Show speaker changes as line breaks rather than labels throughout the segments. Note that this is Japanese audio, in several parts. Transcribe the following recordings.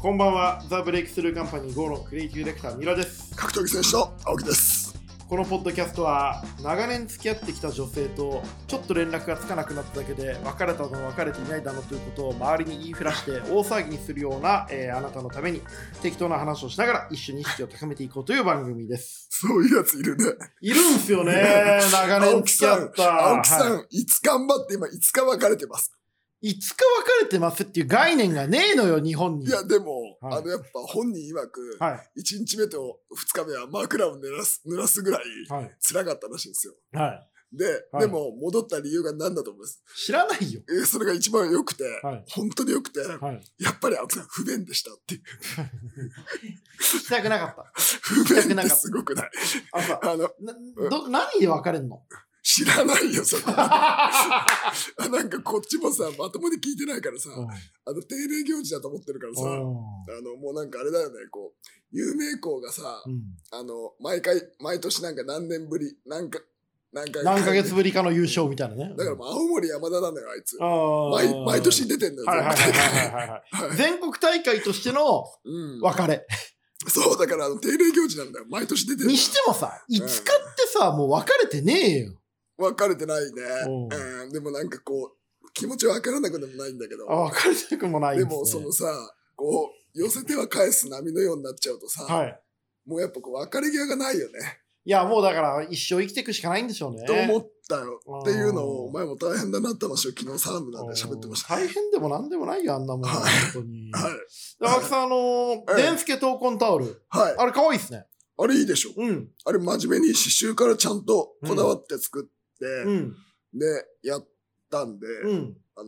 こんばんは、ザ・ブレイクスルーカンパニーゴーロンクリエイティブディレクター、ミラです。
格闘技選手の青木です。
このポッドキャストは、長年付き合ってきた女性と、ちょっと連絡がつかなくなっただけで、別れたの別れていないだのということを周りに言いふらして、大騒ぎにするような、えーあなたのために、適当な話をしながら、一緒に意識を高めていこうという番組です。
そういうやついるね。
いるんすよ ね、長年
青木
付き
さ
合
ん
っ、た。
青木さん、
はい
い、つ頑張って今、いつか別れてます。
いつか別れてますっていう概念がねえのよ、日本に。
いや、でも、
はい
あの、やっぱ本人曰く、
はい。
1日目と2日目は枕を濡らす、濡らすぐらい
はい。
辛かったらしいんですよ。
はい。
で、
はい
でも、戻った理由が何だと思います。
知らないよ。
えーそれが一番良くて、
はい。
本当に良くて、
はい。
やっぱり青木さん不便でし たっていう。
聞きたくなかった。
不
聞きたく
便
な
っ
かってた
すごくない。
あのさ
あの、
など何で別れんの
知らない よ、そこ。
は
あなんかこっちもさ、まともに聞いてないからさ、あの、定例行事だと思ってるからさ、あの、もうなんかあれだよね、こう、有名校がさ、あの、毎回、毎年なんか何年ぶり、なんか、何回
何ヶ月ぶりかの優勝みたいなね。
だからもう青森山田なのよ、あいつ。
毎
毎毎年出てんのよ、
はいはいはい
絶
は
対
い はいはい。全国大会としての
うん。
別れ。
そう、だからあの定例行事なんだよ、毎年出てるの
に
よ。
してもさ、いつかってさ、もう別れてねえよ。
別れてないね。
おう
うん、でもなんかこう、気持ちは分からなくでもないんだけど、
あ別れてくもない
で
ですね
もそのさ、こう、寄せては返す波のようになっちゃうとさ、
はい。
もうやっぱこう、別れ際がないよね。
いや、もうだから一生生きていくしかないんでしょうね。
と思ったよ
あー
っていうのを、お前も大変だなって話を昨日サームなんで喋ってました。
大変でもなんでもないよ、あんなもん。本
はい
当に。
はい。
で青木さん、あのー、
ええ
デンスケ闘魂タオル。
はい。
あれ可愛いっすね。
あれいいでしょ
うん。
あれ真面目に刺繍からちゃんとこだわって作って、
うん。
で、やったんで、
うん。
あの、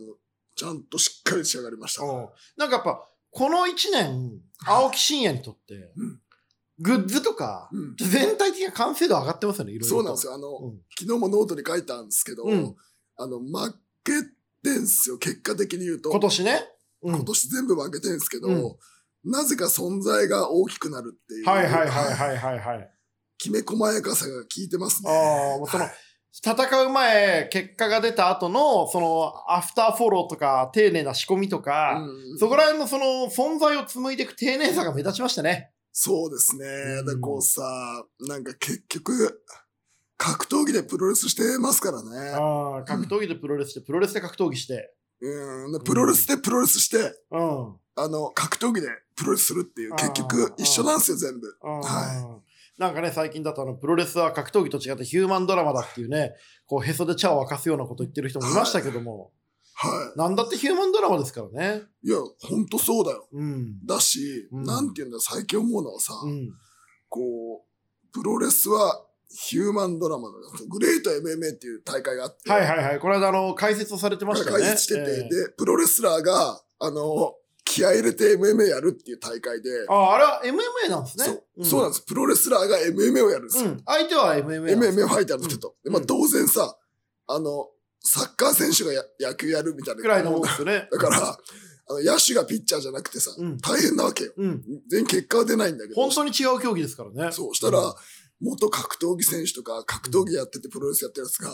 ちゃんとしっかり仕上がりました。
うんなんかやっぱ、この一年、青木真也にとって
うん、
グッズとか、
うん
全体的な完成度上がってますよね、いろいろと。
そうなんです
よ。
よ。あの、
うん
昨日もノートに書いたんですけど、
うん
あの、負けてんすよ。結果的に言うと。
今年ね。うん
今年全部負けてんすけど、
うん
なぜか存在が大きくなるっていう。
はいはいはいはいはいはい。
きめ細やかさが効いてますね。
ああ、もうその、戦う前、結果が出た後の、その、アフターフォローとか、丁寧な仕込みとか、
うん
そこら辺のその、存在を紡いでいく丁寧さが目立ちましたね。
そうですね。
ん
だからこうさ、なんか結局、格闘技でプロレスしてますからね。
ああ、格闘技でプロレスして、プロレスで格闘技して。
うん。でプロレスでプロレスして、
うん。
あの、格闘技でプロレスするっていう、
あー
結局一緒なんですよ、全部。は
はい。なんかね、最近だとあの、プロレスは格闘技と違ってヒューマンドラマだっていうね、こう、へそで茶を沸かすようなこと言ってる人もいましたけど も、
は
なんだってヒューマンドラマですからね。
い。いや、ほんとそうだよ。
うん。
だし、
うん
なんていうんだよ、最近思うのはさ、
うん。
こう、プロレスはヒューマンドラマだよグレート MMA っていう大会があって、
はいはいはい。これはあの、解説をされてましたよ
解
ね。
説してて、
ええ
で、プロレスラーが、あの、気合い入れて MMA やるっていう大会で、
ああ、あれは MMA なんですね。
そう、そうなん
で
です。プロレスラーが MMA をやるんです
す。う
よ。
ん。相手は MMA。
MMA ファイターの人と。
うん
でま
う
あ、
ん
当然さ、あの、サッカー選手がや野球やるみたいな。
くらいのもんですよね。
だから、あの、野手がピッチャーじゃなくてさ、
うん
大変なわけよ。
うん。
全然結果は出ないんだけど。
本当に違う競技ですからね。
そうしたら、元格闘技選手とか、格闘技やっててプロレスやってるやつが、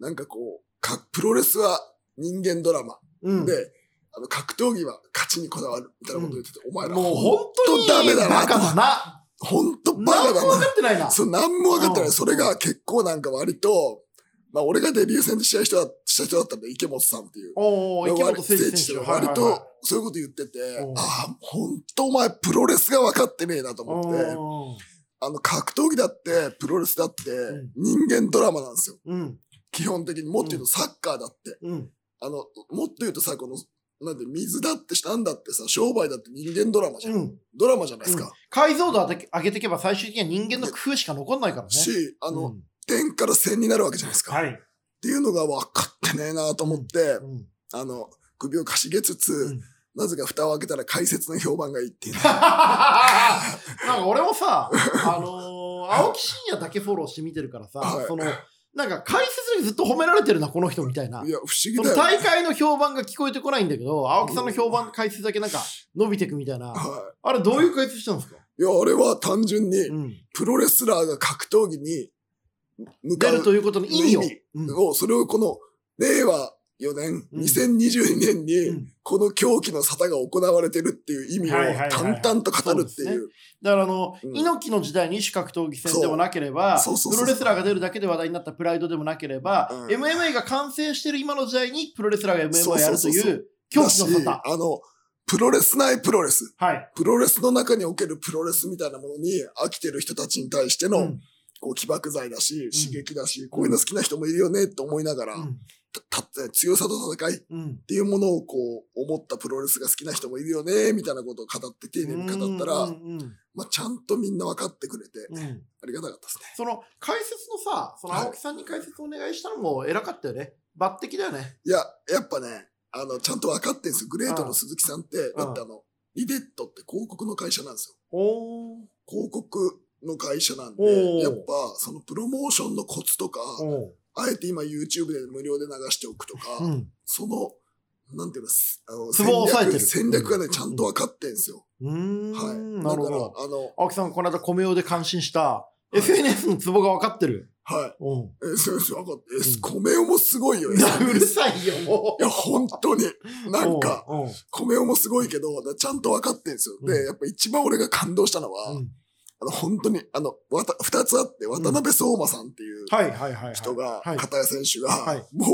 なんかこう、かプロレスは人間ドラマ。
うん。
で、あの、格闘技は勝ちにこだわるみたいなこと言ってて、お前ら、
もう本当に
ほんとダメだな
バカだな。
本当バ
何も
カだ
分
な
か。ってないな。
そう、なんも分かってな
うん
い。それが結構なんか割と、まあ俺がデビュー戦で試合した人だした人だったんで、池本さんっていう。
おお、池本誠司選手。はいはい
割
はい
と、そういうこと言ってて
うん、
ああ、本当お前プロレスが分かってねえなと思って、あの格闘技だって、プロレスだって
ん、
人間ドラマなんですよ。
うん。
基本的に。もっと言うとサッカーだって。
うん。
あの、もっと言うとさ、この、なんて、水だってなんだってさ、商売だって人間ドラマじゃん。
うん。
ドラマじゃないですか。
解像度を上げていけば最終的には人間の工夫しか残んないからね。
し、あの、
うん、
点から線になるわけじゃないですか。
はい。
っていうのが分かってねえなと思って、
うん。
あの、首をかしげつつ、
うん
なぜか蓋を開けたら解説の評判がいいっていうね、
なんか俺もさ、あのー青木真也だけフォローして見てるからさ、
はい
その、なんか解説にずっと褒められてるな、この人みたいな。
いや、不思議
そ
だ
の大
よ。
会の評判が聞こえてこないんだけど、青木さんの評判解説だけなんか伸びてくみたいな。
は
あれどういう解説したんですか
い。いや、あれは単純に、
うん。
プロレスラーが格闘技に向か
出る
う
ということの意味を。
意味
うん
を、それをこの、令和4年、
うん
2022年
う
に
ん、
この狂気の沙汰が行われてるっていう意味
はいはいはいは
を
い
淡々と語るって
そうで
い
す
う。
だからあの、
うん
猪木の時代に主格闘技戦でもなければ
そうそうそ
プ
うそう
ロレスラーが出るだけで話題になったプライドでもなければ、
うん
MMA が完成してる今の時代にプロレスラーが MMA をやると
そう
い
そうそう
狂気の沙
だ
汰
しあの、プロレスないプロレス。
はい、
プロレスの中におけるプロレスみたいなものに飽きてる人たちに対しての、
うん
こう起爆剤だし、刺激だし、こういうの好きな人もいるよねって思いながら、
うん
たた強さと戦いっ
うん
ていうものをこう思ったプロレスが好きな人もいるよね、みたいなことを語って丁寧に語ったら、
うんうんうん
まあ、ちゃんとみんな分かってくれて、
うん
ありがたかったですね。
その解説のさその青木さんに解説お願いしたのも偉かったよね抜擢だよね
いや、やっぱね、あの、ちゃんと分かってんですよ。グレートの鈴木さんって、
ん
だってあの、リデットって広告の会社なんですよ。
おー
広告の会社なん
お
で、
ー
やっぱ、そのプロモーションのコツとか、
お
あえて今 YouTube で無料で流しておくとか、
ーうん
その、なんていうの、すあの
ツボを押さえてる
戦略がね、ちゃんと分かってんですよ。
うーん
はい。
なるほど
だから、あの、
青木さんがこの間米用で感心した
い
SNS のツボが分かってる
はい。
うん
え、そうですよ、分かって。え
うん
米尾もすごいよ、
いやうるさいよも
いや、本当に。
う
なんか、
うんうん
米尾もすごいけど、だちゃんと分かってんですよ。
う
で、
ん
やっぱ一番俺が感動したのは、
うん
あの、本当に、あの、わた、二つあって、渡辺相馬さんっていう
はいはいはいはい
人が、
はい
片谷選手が、
はい
も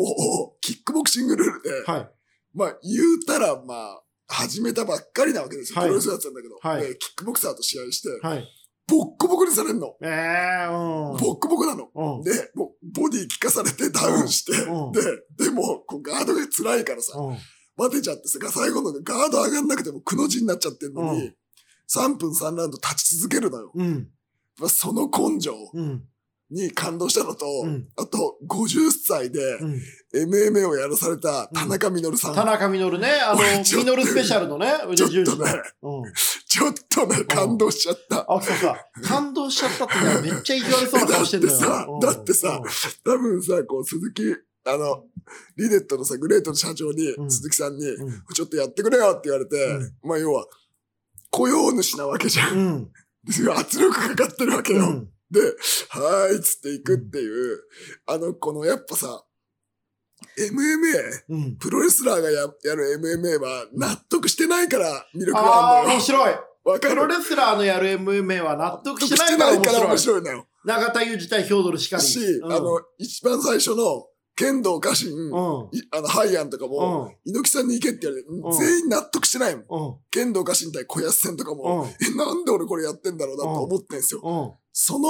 う、キックボクシングルールで、
はい
まあ、言うたら、まあ、始めたばっかりなわけですよ。
はい
プロレスやってたんだけど、
はい
でキックボクサーと試合して、
はい
ボッコボコにされるの。
ええうん
ボッコボコなの。
うん
で、もう、ボディ効かされてダウンして、
うん
で、でも、こうガードが辛いからさ、
うん
待てちゃってさ、最後のガード上がんなくてもくの字になっちゃってんのに、
う
3分3ラウンド立ち続けるのよ。
うん
まあその根性
うん
に感動したのと、
うん
あと、50歳で
うん
MMA をやらされた田中稔さん。
田中稔ねあの
俺ちょっと
稔スペシャルのね腕
ちょ
十
っと
字
ね、
うん
ちょっとね、感動しちゃった。
青木さんさ、感動しちゃったってね、めっちゃ言われそうな顔してんだよ。
だってさ多分さ、こう、鈴木、あの、リネットのさ、グレートの社長に、
うん
鈴木さんに、
うん、うん
ちょっとやってくれよって言われて、
う
まあ要は、雇用主なわけじゃん。
うん、
ですよ圧力かかってるわけよ。
うん、
で、はーいっつって行くっていう、あの、このやっぱさ、MMA、
うん。
プロレスラーがややる MMA は納得してないから魅力があ
ああー、
るんだ
面
よ。
白い。
わか
プロ
る
レスラーのやる MMA は納
納
得
得
して
して
な
ないい
か
からら面
面白い。
白いのよ。
永田裕二対ヒョードルしかり。
し、
うん
あの、一番最初の剣道家臣、
うん、
いあの、ハイアンとかも、
うん、
猪木さんに行けって言われて、
ん
全員納得してないもん。
うん、
剣道家臣対小安戦とかも、
うん、
え、なんで俺これやってんだろうなと思ってんすよ。
うん、
その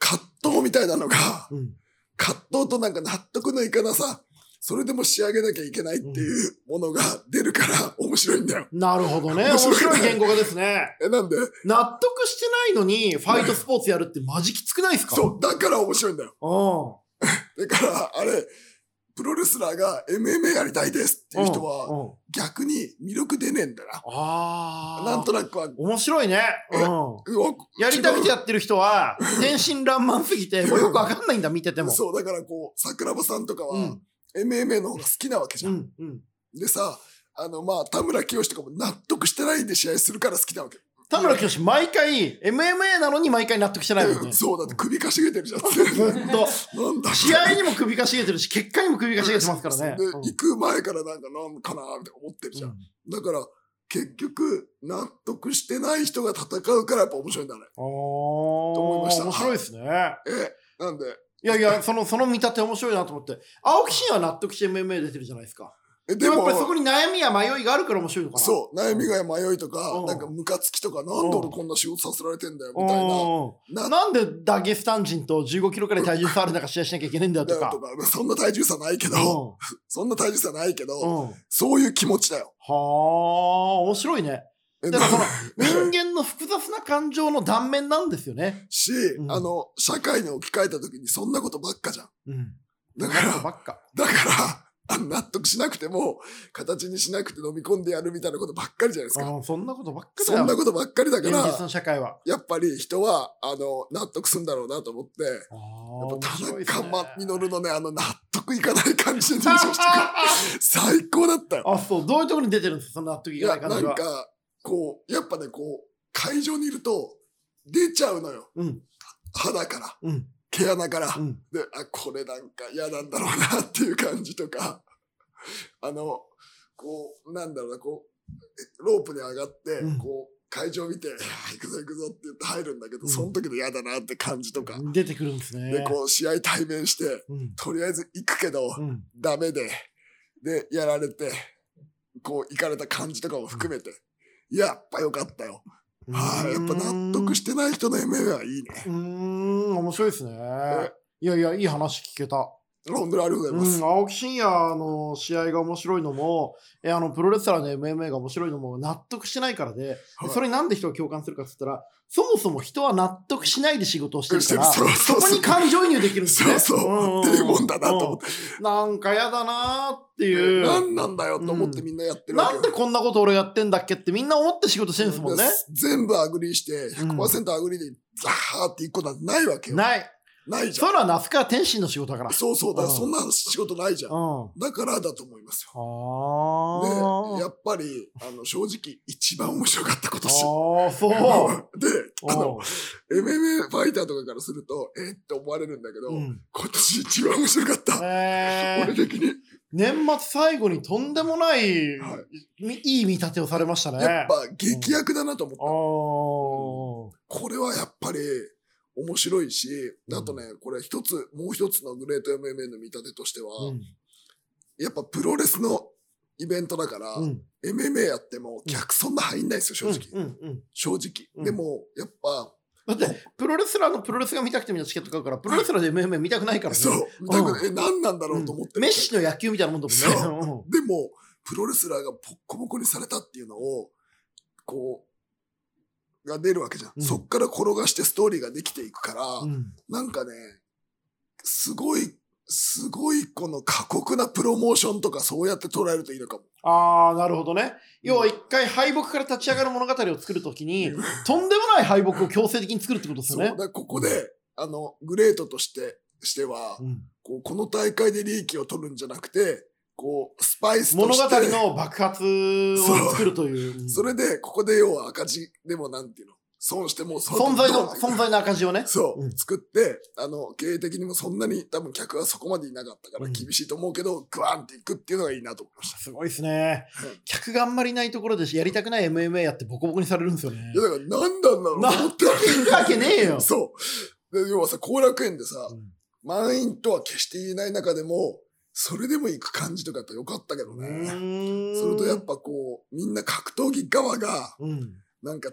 葛藤みたいなのが、
うん。
葛藤となんか納得のいかなさ、それでも仕上げなきゃいけないっていうものが出るから面白いんだよ。
なるほどね。面
面白い
白い言語化ですね。
え、なんで
納得してないのに、ファイトスポーツやるってマジきつくないですか
そう、だから面白いんだよ。
う
だから、あれ、プロレスラーが MMA やりたいですって
ん。
いう人
う
は、
んうん
逆に魅力出ねえんだな。
ああ。
なんとなくは、
面白いね。うん。
うわ
やりたくて
違
やってる人は、天真爛漫すぎて、もうよくわかんないんだ、見てて
う
も。
そう、だからこう、桜庭さんとかは、
うん。
MMA の方が好きなわけじ
う
ゃん。
ん。うん。
でさ、あの、まあ、田村清とかも納得してないで試合するから好きなわけ。
田村清、毎回、MMA なのに毎回納得してないもんね。
そうだって首かしげてるじゃん。
ほんと。
なんだ
試合にも首かしげてるし、結果にも首かしげてますからね。
で、
うん
行く前からなんかなんかなーって思ってるじゃん。だから、結局、納得してない人が戦うからやっぱ面白いんだね。
あー面
いました
白いですね。
え、なんで、
いやいや、その、その見立て面白いなと思って。青木真也は納得して MMA 出てるじゃないですか。
え、
で
で
もやっ
も
ぱり、そこに悩みや迷いがあるから面白いのかな。
そう、悩みが迷いとか、
うん
なんかムカつきとか、なんで俺こんな仕事させられてんだよ、
うん。
みたいな。な
なんでダゲスタン人と15キロくらい体重差ある中試合しなきゃいけないんだよ
だ
と
よ
か
と。か、そんな体重差ないけど、
うん
そんな体重差ないけど、
うん、は
そういう気持ちだよ。
あ面白いね
え
だからその
なん
人間の複雑な感情の断面なんですよね、
し
う、ん
あの、社会に置き換えた時にそんなことばっかじゃん。
うん、
だから、
ばっか
だから、あの納得しなくても、形にしなくて飲み込んでやるみたいなことばっかりじゃないですか。
あそんなことばっかだよ
そんなことばっかりだか
現実
ら、
の社会は
やっぱり人は、あの、納得するんだろうなと思って、や
あ
っ
面
ぱ田
白いっすね
中実のね、あの、納得いかない感じで優勝してくる。最高だった よ。
あそうどういうところに出てるんですかそんな納得
い
いか
や、
ない
な
感じ
ん
は
か、こう、やっぱね、こう、会場にいると、出ちゃうのよ。
うん
肌から、
うん
毛穴から。
うん
で、あ、これなんか嫌なんだろうなっていう感じとか。 あの、こう、なんだろうな、こう、ロープに上がって、
うん
こう、会場見て、いやー行くぞ行くぞって言って入るんだけど、
うん
その時の嫌だなって感じとか。
出てくるんですね。
で、こう、試合対面して、
うん。
とりあえず行くけど、
うん。
ダメで、で、やられて、こう、行かれた感じとかも含めて、やっぱ良かったよ。はい、やっぱ納得してない人の夢はいいね。
うーん、面白いですね。いやいや、いい話聞けた。
本当にありがとうございま
う
す
ん、。青木真也の試合が面白いのも、えあのプロレスラーの MMA が面白いのも納得してないからで、
はい
それになんで人が共感するかって言ったら、そもそも人は納得しないで仕事をしてるから、
そうそ
そうこ
そう
に感情移入できるんです
そ
ね。
うそう。
ん
っていうもんだなと思って。
うんなんか嫌だなーっていう。
何なんだよと思ってみんなやってるわけ
なんでこんなこと俺やってんだっけってみんな思って仕事してるんですもんね。
全部アグリーして、
うん
100%アグリーで、ザーっていくことなんてないわけよ。な
ない。
いじ
そ
ゃん。
れは那須川天心の仕事だから。
そうそうだ、
うん
そんな仕事ないじゃん
う。ん。
だからだと思いますよ。
はあ。
で、やっぱり、あの、正直、一番面白かったことし
ああ、そう。
で、 あの、
お
MMA ファイターとかからすると、えーって思われるんだけど、
うん
今年一番面白かった。
え
俺
ー、
的に、
年末最後にとんでもない、、
はい
い見立てをされましたね。
やっぱ劇薬だなと思った。
あー
これはやっぱり面白いし、
うん
あとね、これ一つ、もう一つのグレート MMA の見立てとしては、
うん
やっぱプロレスのイベントだから、
うん。
MMA やっても客そんな入んないですよ、正直。
うんうんうん
正直。
うん
でも、やっぱ、
だって、プロレスラーのプロレスが見たくてみんなチケット買うから、プロレスラーで MMA 見たくないからね。
そう、だから、え、何なんだろうと思って
うんメ
る
ッシの野球みたいなもんだもんね。うん
でも、プロレスラーがボッコボコにされたっていうのを、こう、が出るわけじゃん。
うん
そっから転がしてストーリーができていくから、
うん
なんかね、すごい、すごいこの過酷なプロモーションとかそうやって捉えるといいのかも。
ああ、なるほどね。要は一回敗北から立ち上がる物語を作るときに、とんでもない敗北を強制的に作るってことです
そ
よね
う。だか。らここで、あの、グレートとして、しては、
うん
こうこの大会で利益を取るんじゃなくて、こう、スパイス
物
と
語
して、
の爆発を作るという。
それで、ここで要は赤字でもなんていうの、損しても損
存在の、存在の赤字をね。
そう、
うん
作って、あの、経営的にもそんなに多分客はそこまでいなかったから
うん
厳しいと思うけど、グワンっていくっていうのがいいなと思いました。
すごいですね
うん。
客があんまりいないところでやりたくない MMA やってボコボコにされるんですよね。
いや、だから何なんだろうと思って。
いくわけねえよ。
そう。で要はさ、後楽園でさ、
うん
満員とは決して言えない中でも、それでも行く感じとかやってよかったけど
う
ね。
ーん
それとやっぱこう、みんな格闘技側が、
うん。
なんか、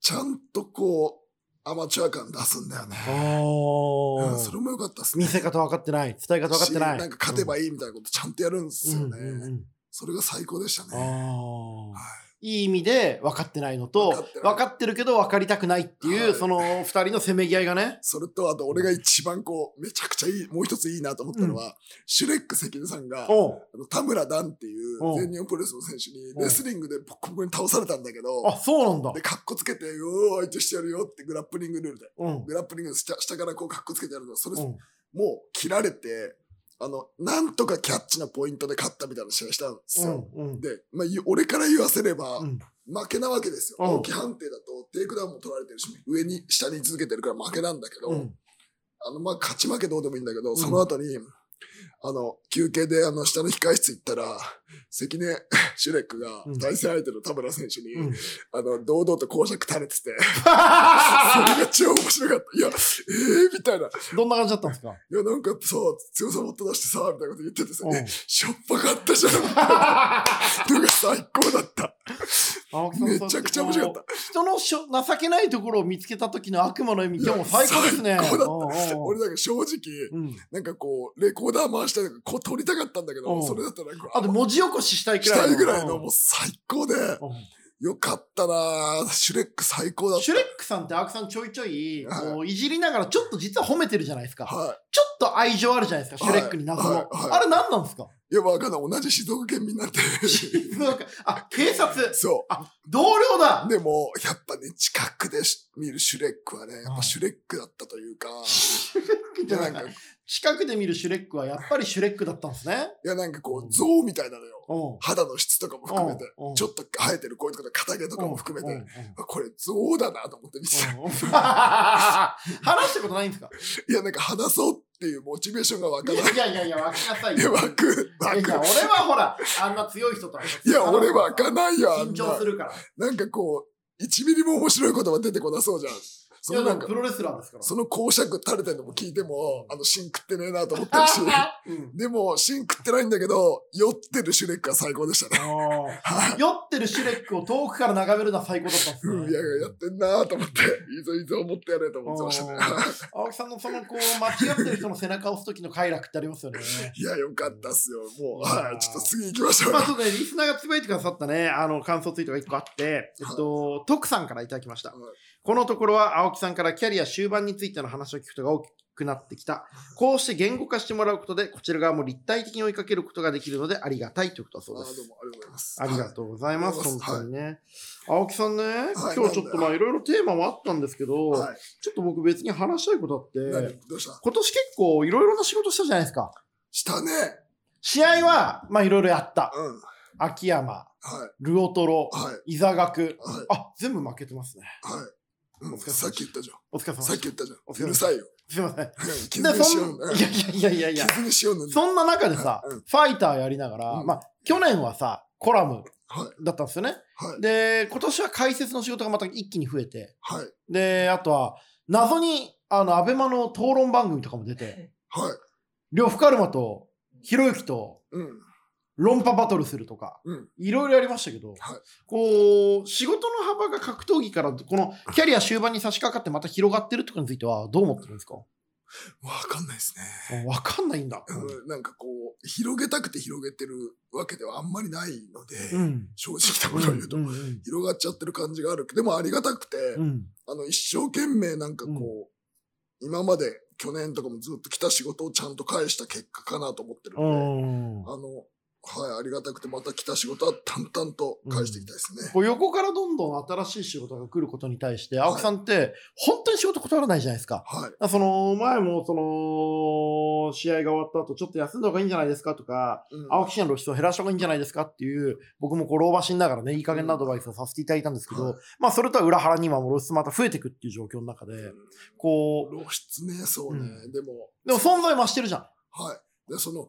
ちゃんとこう、アマチュア感出すんだよね。
あ
うん
あ
そ。れもよかったっすね。
見せ方分かってない。伝え方分かってない。
しんか勝てば
いい
いいみたいなことちゃんとやるんですよね。
うんうんうん
それが最高でした
あ
ね。は
あ。いい意味で分かってないのと
分かって、ない
分かってるけど分かりたくないってい
は
う、
い
その二人のせめぎ合いがね。
それと、あと俺が一番こう、めちゃくちゃいい、もう一ついいなと思ったのは、シュレック関根さんが、あ
おう
の田村段っていう
うん
全日本プロレスの選手に
うん
レスリングでボコボコに倒されたんだけど、
あ、そうなんだ
で、。かっこつけて、うお相手してやるよってグラップリングルールで。
うん。
グラップリングの下下からこうかっこつけてやるの、それ、
うん
もう切られて、あの、なんとかキャッチなポイントで勝ったみたいな試合したんですよ。
うんうん
で、まあ、ゆ俺から言わせれば、
うん
負けなわけですよ。
うん
大き判定だとテイクダウンも取られてるし、上に下に続けてるから負けなんだけど、
うん
あの、まあ、勝ち負けどうでもいいんだけど、その後に、あの、休憩で、あの、下の控室行ったら、関根シュレックが
うん、
対戦相手の田村選手に、
うん
あの、堂々と公爵垂れてて、それが超面白かった。いや、えー、みたいな。い
どんな感じだったんですか
や、なんかやっぱさ、強さもっと出してさ、みたいなこと言っててさ、
うん
えしょっぱかっ たじゃん。のが最高だった。
青木さん
めちゃくちゃ面白かっ
人のしょ情けないところを見つけた時の悪魔の意味ってもう最高ですね。
最高だった
うん
た。
うんうん
俺なんか正直、
うん
なんかこう、レコーダー回したりとか、こう撮りたかったんだけ
う
ど、
ん
それだったらなんか、
あと文字起こししたいく
し
らい
た
の。
いぐらいの、
うん
もう最高で、よかったなぁシュレック最高だった。
シュレックさんって青木さんちょいちょい
はい
こういじりながらちょっと実は褒めてるじゃないですか。
は
ちょっと愛情あるじゃないですか、シュレックに謎
は
の。
いはいはい
あれ何なんですか
い。いや、わかんない。同じ静岡県民なんて。
なんかあ、警察、
そ
同僚だ
う。でも、やっぱね、近くでし見るシュレックはね、やっぱシュレックだったというか、
じゃ
な
なん
んか
か、近くで見るシュレックはやっぱりシュレックだったんですね。
いや、なんかこ
うん
う、象みたいなのよ。
うん
肌の質とかも含めて
うんうん、
ちょっと生えてるこういうとか、片毛とかも含め
うんう
て、
ん
あこれ象だなと思って見てた。
うん話したことないんですか
いや、なんか話そうっていうモチベーションが湧かない。
いやいやいや、わかりなさい
いや、
よ。
湧く、
いや
湧
いや俺は
く。
ほら、あんな強い人とは。
いや、俺湧かないよ、あん
緊張
な
す。るから。
なんかこう、1ミリも面白い言葉出てこなそうじゃん。そ
いや、
の
で
なん
も
か
プ、ロレスラーですから。
その講釈垂れてるのも聞いても、あの、シン食ってねえなと思ってる し。
うん
でも、シン食ってないんだけど、酔ってるシュレックは最高でしたね。
酔ってるシュレックを遠くから眺めるのは最高だったんです
うん、い
ね
やいや、やってんなと思って、いいぞいいぞ、思ってやれと思ってましたね。
青木さんのそのこう間違ってる人の背中を押す時の快楽ってありますよね。
いや、よかったっすよ。もう、
いやー
はい、ちょっと次行きましょう
まあ
よ。
そうね、リスナーがつぶやいてくださったね、あの、感想ツイートが1個あって、えっと、徳さんからいただきました。
はい
このところは青木さんからキャリア終盤についての話を聞くことが大きくなってきた。こうして言語化してもらうことで、こちら側も立体的に追いかけることができるのでありがたいということだそう
あ
で
ーどう
す。
もありがとうございます。
ありがとうございます、本当
はい
にね。青木さんね、
い
今日ちょっとまあいろいろテーマはあったんですけど、
はい。はい
ちょっと僕別に話したいことあって、
何どうした
今年結構いろいろな仕事したじゃないですか。
したね。
試合は、まあいろいろやった。
うん。はい。
秋山、
はい。
ルオトロ、
はい。
伊沢学。
はい。
あ、全部負けてますね。お疲れ様でし
うん、
た
さっき言ったじゃ
お疲れ様
ん。
で
さっ
し
き言ったじゃ
お疲れ様で
ん。うる
した
さいよ。
た。すいません。
うん
で
絆
そ
にしようね。
んいやいやいやいやいや、
傷にしようなんだ。
そんな中でさ、
うん
ファイターやりながら、
うん
まあ、去年はさ、コラム
はい。
だったんですよね。
はい。
で、今年は解説の仕事がまた一気に増えて、
はい。
で、あとは、謎に、あの、アベマの討論番組とかも出て、
はい。
呂布カルマと、ひろゆきと、
うん。
論破バトルするとか、
うん
いろいろやりましたけど、
はい
こう、仕事の幅が格闘技から、このキャリア終盤に差し掛かってまた広がってるとかについては、どう思ってるんですか
わかんないですね。
あわかんないんだ。
うん、なんかこう、広げたくて広げてるわけではあんまりないので、
うん。
正直なことを言うと、
うんうん
広がっちゃってる感じがある。でもありがたくて、
うん
あの、一生懸命なんかこう、今まで去年とかもずっと来た仕事をちゃんと返した結果かなと思ってる
うんん
で、あの、はい、ありがたくてまた来た仕事は淡々と返していきたいですね。
こう横からどんどん新しい仕事が来ることに対して、青木さんって本当に仕事断らないじゃないですか。
はい。
あその前もその試合が終わった後ちょっと休んだ方がいいんじゃないですかとか、
うん
青木真也の露出を減らした方がいいんじゃないですかっていう、僕もこう老婆しながらね、いい加減なアドバイスをさせていただいたんですけど、
はい
まあそれとは裏腹に今も露出また増えていくっていう状況の中で、こう、
露出ね、そうね。
う
でも、
でも存在増してるじゃん。
はい。で、その、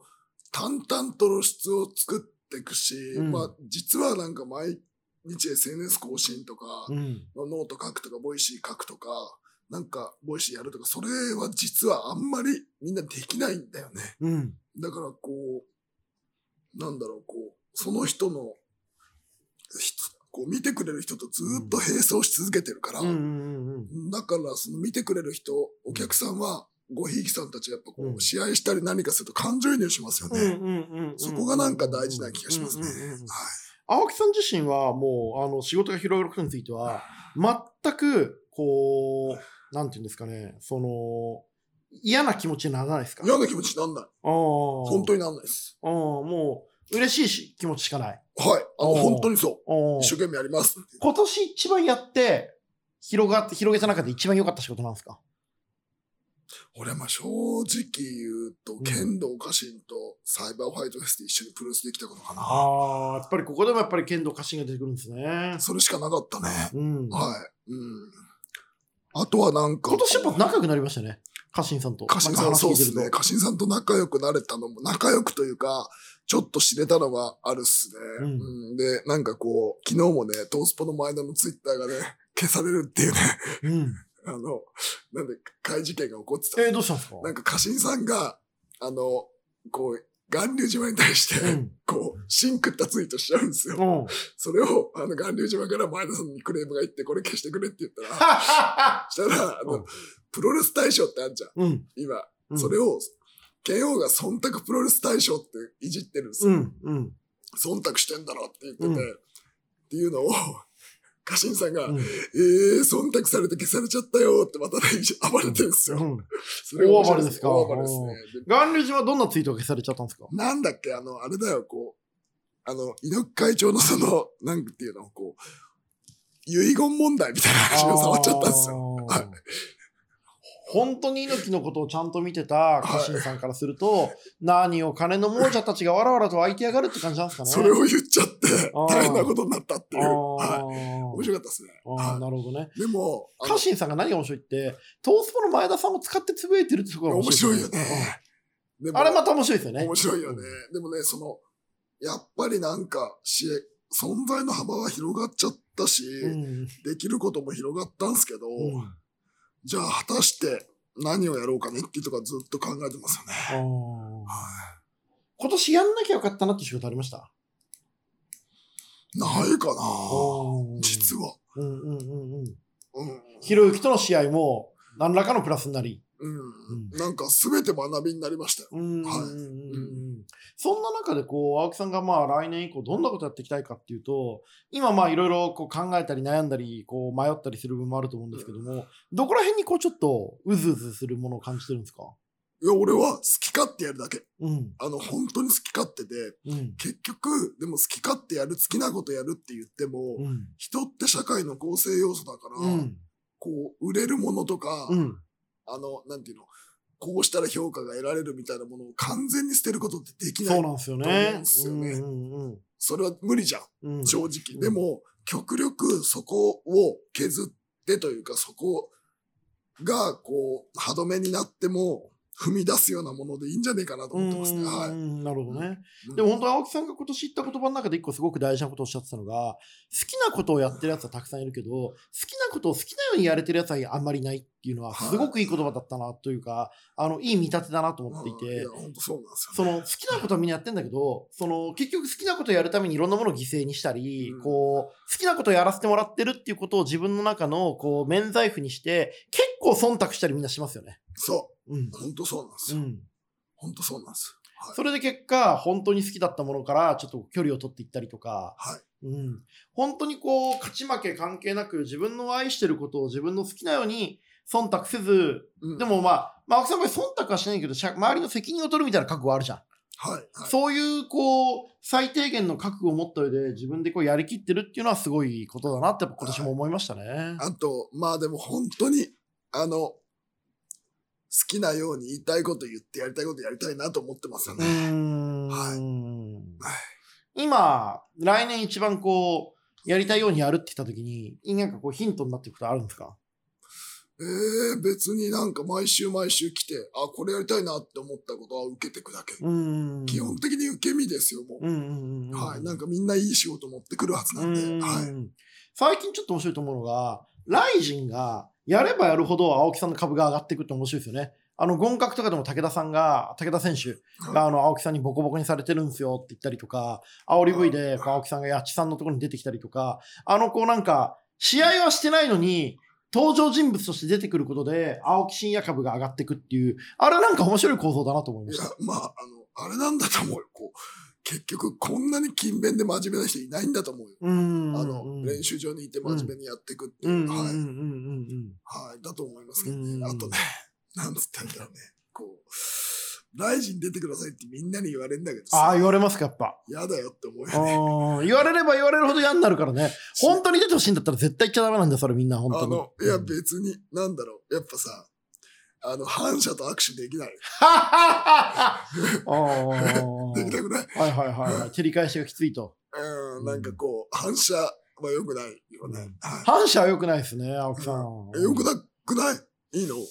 淡々と露出を作っていくし、
うん
まあ、実はなんか毎日 SNS 更新とか、
うん。
ノート書くとか、ボイシー書くとか、なんか、ボイシーやるとか、それは実はあんまりみんなできないんだよね。
うん。
だからこう、なんだろう、こう、その人の、ひこう見てくれる人とずっと並走し続けてるから、
うんうんうん
だからその見てくれる人、お客さんは、ごひいきさんたちやっぱこ
うん
う、試合したり何かすると感情移入しますよ
うんうん
ね。
うんうん。
そこがなんか大事な気がします
う
ね
んうんうんうん
は
青木さん自身はもうあの仕事が広がることについては全くこうなんていうんですかねその嫌な気持ちにならないですか
い。嫌な気持ちになんない。
本
本当になんないです。
ああもう嬉しいし気持ちしかない
はい。あの、
おー
本当にそ
ああ
う。一生懸命やります。
今年一番やって広がって広げた中で一番良かった仕事なんですか
俺はまあ正直言うと
ん、
剣道家臣とサイバーファイトフェスで一緒にプロレスできたことかな。
ああやっぱりここでもやっぱり剣道家臣が出てくるんですね
それしかなかったね。
うん今
はい。うん。あとはなんか。
年やっぱ仲良くなりましたね家臣さんと
家臣
な
さ
か
ん、
話
そう
聞
で
いてる
す
と
ね。家臣さんと仲良くなれたのも、仲良くというか、ちょっと知れたのはあるっす
う
ね。
ん
うんで、なんかこう、昨日もね、トースポの前田のツイッターがね、消されるっていうね、
うん
あの、なんで、怪事件が起こってた。
えーどうしたんですか
なんか家臣さんが、あの、こう、巌流島に対して、
うん
こう、シン食ったツイートしちゃうんですよ。
うん
それを、あの、巌流島から前田さんにクレームが行って、これ消してくれって言った ら、したら、あ
う
の
ん、
プロレス大賞ってあるじゃん、
うん
今。
うん
それを、慶応が忖度プロレス大賞っていじってるんです
う
よ。
んうん
忖度してんだろって言ってて、
うん
っていうのを、 家臣さんが、
うん
えー、忖度されて消されちゃったよってまたね、暴れてるんですよ。
うん
それ面白い
大
大
暴
暴
れで
れですす
か
ね。で
巌流島はどんなツイートが消されちゃったんですか
なんだっけ、あの、あれだよ、こう、あの、猪木会長のその、なんていうの、こう、遺言問題みたいな話を触っちゃったんですよ。
よ
はい
本当に猪木のことをちゃんと見てた家臣さんからすると、何を金の亡者たちがわらわらと湧いてやがるって感じなんですかね。
それを言っちゃって、
あー
大変なことになったっていう。
あ
はい。面
ー
白かったですね。
あー
は
なるほどね。
い。でも、あの
家臣さんが何が面白いって、トースポの前田さんを使ってつぶやいてるってところが
面
面
白
白い
い
で
よ
す。
ね。で
うん
も
あれまた面白いですよね。
面白いよね。でもね、その、やっぱりなんか、し存在の幅は広がっちゃったし、
うん
できることも広がったんですけど、
うん
じゃあ果たして何をやろうかねっていうとかずっと考えてますよね。
あー今年やんなきゃよかったなって仕事ありました。
ないかな実は。
うんうんうんうん。
うん。
ひろゆきとの試合も何らかのプラスになり。
うん。なんか全て学びになりましたよ。
うんうん
はい
うんうんそんな中でこう青木さんがまあ来年以降どんなことやっていきたいかっていうと今まあいろいろこう考えたり悩んだりこう迷ったりする部分もあると思うんですけどもどこら辺にこうちょっとうずうずするものを感じてるんですか
いや、俺は好き勝手やるだけ。
うん
あの、本当に好き勝手で、
うん
結局、でも好き勝手やる、好きなことやるって言っても、
うん
人って社会の構成要素だから、
うん
こう、売れるものとか、
うん
あの、なんていうの、こうしたら評価が得られるみたいなものを完全に捨てることってできな
そう
い。
なんですよ
と思う
ね
んですよね
うんうん
それは無理じゃん。
うんうん
正
う
直。
ん
でも、極力そこを削ってというか、そこが、こう、歯止めになっても、踏み出すようなものでいいんじゃねえかなと思ってますね。
う
は
んなるほどね
い。
でも本当に青木さんが今年言った言葉の中で一個すごく大事なことをおっしゃってたのが、好きなことをやってるやつはたくさんいるけど、好きなことを好きなようにやれてるやつはあんまりないっていうのは、
はい
すごくいい言葉だったなというか、あの、いい見立てだなと思ってい
うんい
て
や、、本当そうなんですよ、ね。
その好きなことはみんなやってんだけど、その結局好きなことをやるためにいろんなものを犠牲にしたり、
うん
こう、好きなことをやらせてもらってるっていうことを自分の中の、こう、免罪符にして、結構忖度したりみんなしますよね。
そ
うん
う。。本当そうなんです
う
よ。
ん。
本当そうなんですよ。はい
それで結果、本当に好きだったものから、ちょっと距離を取っていったりとか、
はい
うん、本当にこう、勝ち負け関係なく、自分の愛してることを自分の好きなように、忖度せず、
うん
で、もまあ、まあ、青木さんは忖度はしないけど、しゃ周りの責任を取るみたいな覚悟はあるじゃん。
はい。はい
そういう、こう、最低限の覚悟を持った上で、自分でこう、やりきってるっていうのはすごいことだなって、やっぱ今年も思いましたね。
あと、まあでも本当に、あの、好きなように言いたいこと言ってやりたいことやりたいなと思ってますよ
う
ね。
ーん
は
今、来年一番こう、やりたいようにやるって言った時に、なんかこうヒントになっていくことあるんですか
ええ別になんか毎週毎週来て、あ、これやりたいなって思ったことは受けてくだけ。
うーん。
基本的に受け身ですよ、も
うんうんうんうん。
う。はい。なんかみんないい仕事持ってくるはずなんで。
うーん
はい。
最近ちょっと面白いと思うのが、ライジンが、やればやるほど青木さんの株が上がっていくって面白いですよね。あの、ゴン格とかでも武田さんが、武田選手が、あの、青木さんにボコボコにされてるんですよって言ったりとか、煽り V で、こう青木さんが八千さんのところに出てきたりとか、あの、こうなんか、試合はしてないのに、登場人物として出てくることで、青木真也株が上がっていくっていう、あれなんか面白い構造だなと思いま
い
し
や
た。、
まあ、あの、あれなんだと思うよ。こう、結局こんなに勤勉で真面目な人いないんだと思うよ。
うーん。
あの、練習場にいて真面目にやっていくって
う
い
んうん
う。
うん
は
う
い。
んうん。
はい、だと思いますけど
うん
ね。あとね、 なんつったんだろうね。こう、ライジン出てくださいってみんなに言われるんだけど
ああ、
さ、
言われますか、やっぱ。
嫌だよって思うよね。
あー言われれば言われるほど嫌になるから ね。本当に出てほしいんだったら絶対言っちゃダメなんだよ、それみんな、本
あ
当に。
の、いや別に、なんだろう、やっぱさ、あの、反射と握手できない。
あー
できなくない
はいはいはいはい。照り返しがきついと。
うん、なんかこう、反射は良くないよね。は
反射は良くないですね、青木さん。
い。良くなくないいいのな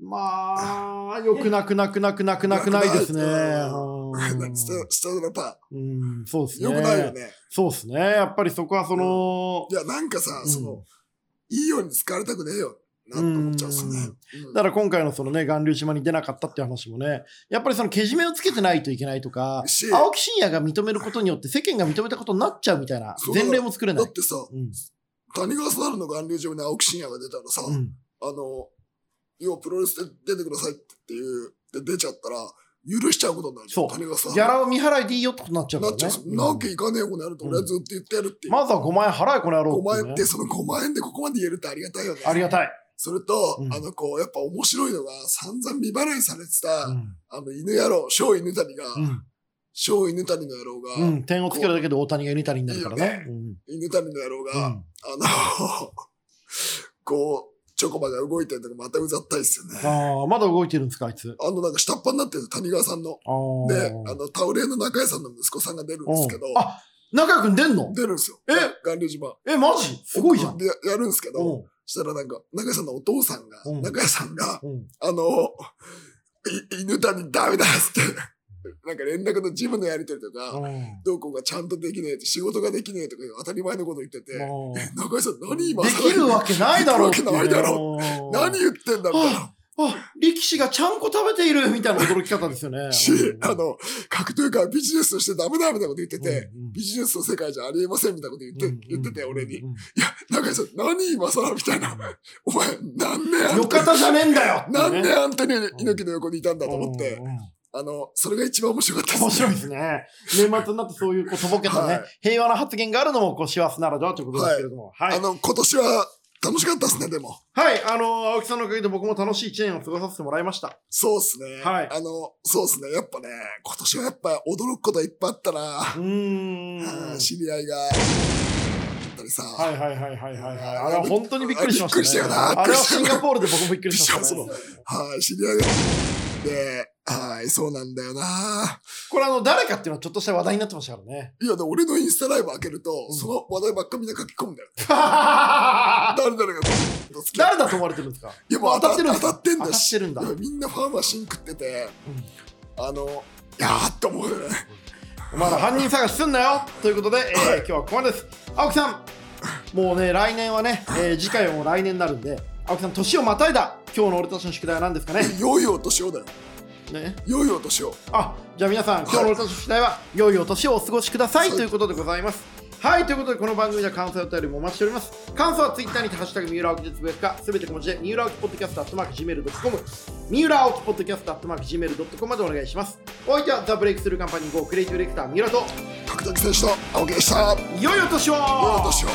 まあ、良くなくなくなくなくなくないです ね。
い、 な下、下のパ
うん、うんそうで
ー。
すね。
良くないよね。
そうですね。やっぱりそこはその
い、や、なんかさ、そ
うん
の、いいように使われたくねえよ、なって思っちゃうっすね。うん
だから今回のそのね、巌流島に出なかったっていう話もね、やっぱりそのけじめをつけてないといけないとか
し、
青木真也が認めることによって世間が認めたことになっちゃうみたいな
そう
前例も作れな
だ
い
っ。てさ、
うん
谷川猿の巌流島に青木真也が出たらさ、
うん
あの、要はプロレスで出てくださいっていう、で出ちゃったら、許しちゃうことになるじゃん
そう
谷川猿。
ギャラを未払いでいいよってことになっちゃうか
な
ら
っちゃう。
ね。
なわけいかねえよ、この野郎と俺はずっと言ってやるっていう。
まずは5万円払え、この野郎
5万円
ね
って、その5万円でここまで言えるってありがたいよね。
ありがたい。
それと、
うん
あの、こう、やっぱ面白いのが、散々未払いされてた、
うん
あの、犬野郎、小犬谷が、
うん
小犬谷の野郎が、
うん。点をつけるだけで大谷が犬谷になるから
いいよ
ね
ね。
うん
犬谷の野郎
う
が、
ん
あの、こう、チョコバが動いてるのがまたうざったいっすよね。
ああ、まだ動いてるんですか、あいつ。
あの、なんか下っ端になってる谷川さんの。
あー
で、あの、タオレーの中井さんの息子さんが出るんですけど
う、んあ、中君出んの
出るんですよ。
え
巌流島。
え、マジすごいじゃん。
で、やるんですけど、
う
したらなんか、中井さんのお父さんが、
うん
中井さんが、
ん。うん。
あの、い犬谷ダメだっつって、なんか連絡のジムのやりとりとか、
うん
どうこうがちゃんとできねえって、仕事ができねえとかいう当たり前のこと言ってて、
もう
中井さん何今
できるわけないだろうって
できるわけないだろ
うん
何言ってんだみたいな。
あ、力士がちゃんこ食べているみたいな驚き方ですよね。
し、あの、格闘家はビジネスとしてダメだみたいなこと言って
うん、
て、ビジネスの世界じゃありえませんみたいなこと言って、
うん
言ってて、俺に。い。
うん
や、中井さん、何今更みたいな。お前、何年あん
よ
た
かたじゃねえんだよっ
何
てね
年あんたに猪木の横にいたんだと思って、
うんうん
あの、それが一番面白かったです
面白いですね。年末になってそういうこうとぼけたね、
はい
平和な発言があるのも、こう、師走ならではということですけれども。はい。
あの、今年は楽しかったですね、でも。
はい、あのー青木さんのおかげで僕も楽しい一年を過ごさせてもらいました。
そうっすね。
はい
あの、そうっすね。やっぱね、今年はやっぱ驚くこといっぱいあったな。
うーん。
あー
は
知り合いが、あったりさ。
いはいはいはいはいはい。あれは本当にびっくりしました、ね。
びっくりしたよな
あれはシンガポールで僕もびっくりしました、
びっ
ね
く。はい、知り合いが。で、はい、そうなんだよな。
これあの、誰かっていうのはちょっとした話題になってましたからね。
いや、でも俺のインスタライブ開けると、
うん
その話題ばっかみんな書き込むんだよ。
誰
誰々が、好きだ。
だと思われてるんですか
いや、もう当たってる
ん
ん
です
だ当たってん
当
だ
たっ
し。
てるんだ
い。やみんなファンはシン食ってて、あの、いやーって思うよね。
お前ら犯人探しすんなよということで、えー今日はここまでです。青木さん、もうね、来年はね、えー次回はもう来年になるんで、青木さん、年をまたいだ、今日の俺たちの宿題は何ですかね。
良いお年をだよ。
ね
良いお年を。
あじゃあ皆さん、今日の俺たちの宿題は、良いお年をお過ごしくださいということでございます。はい、ということで、この番組では感想やお便りもお待ちしております。感想はツイッターにて、ハッシュタグ、三浦青木でつぶやくか、すべて小文字で、三浦青木ポッドキャスト、アットマーク、gmail.com、三浦青木ポッドキャスト、アットマーク、gmail.com までお願いします。お相手は、ザ・ブレイクスルーカンパニー GO、クリエイティブディレクター、三浦と、
角田選手と青木でした。良い
良いお年を
お年を。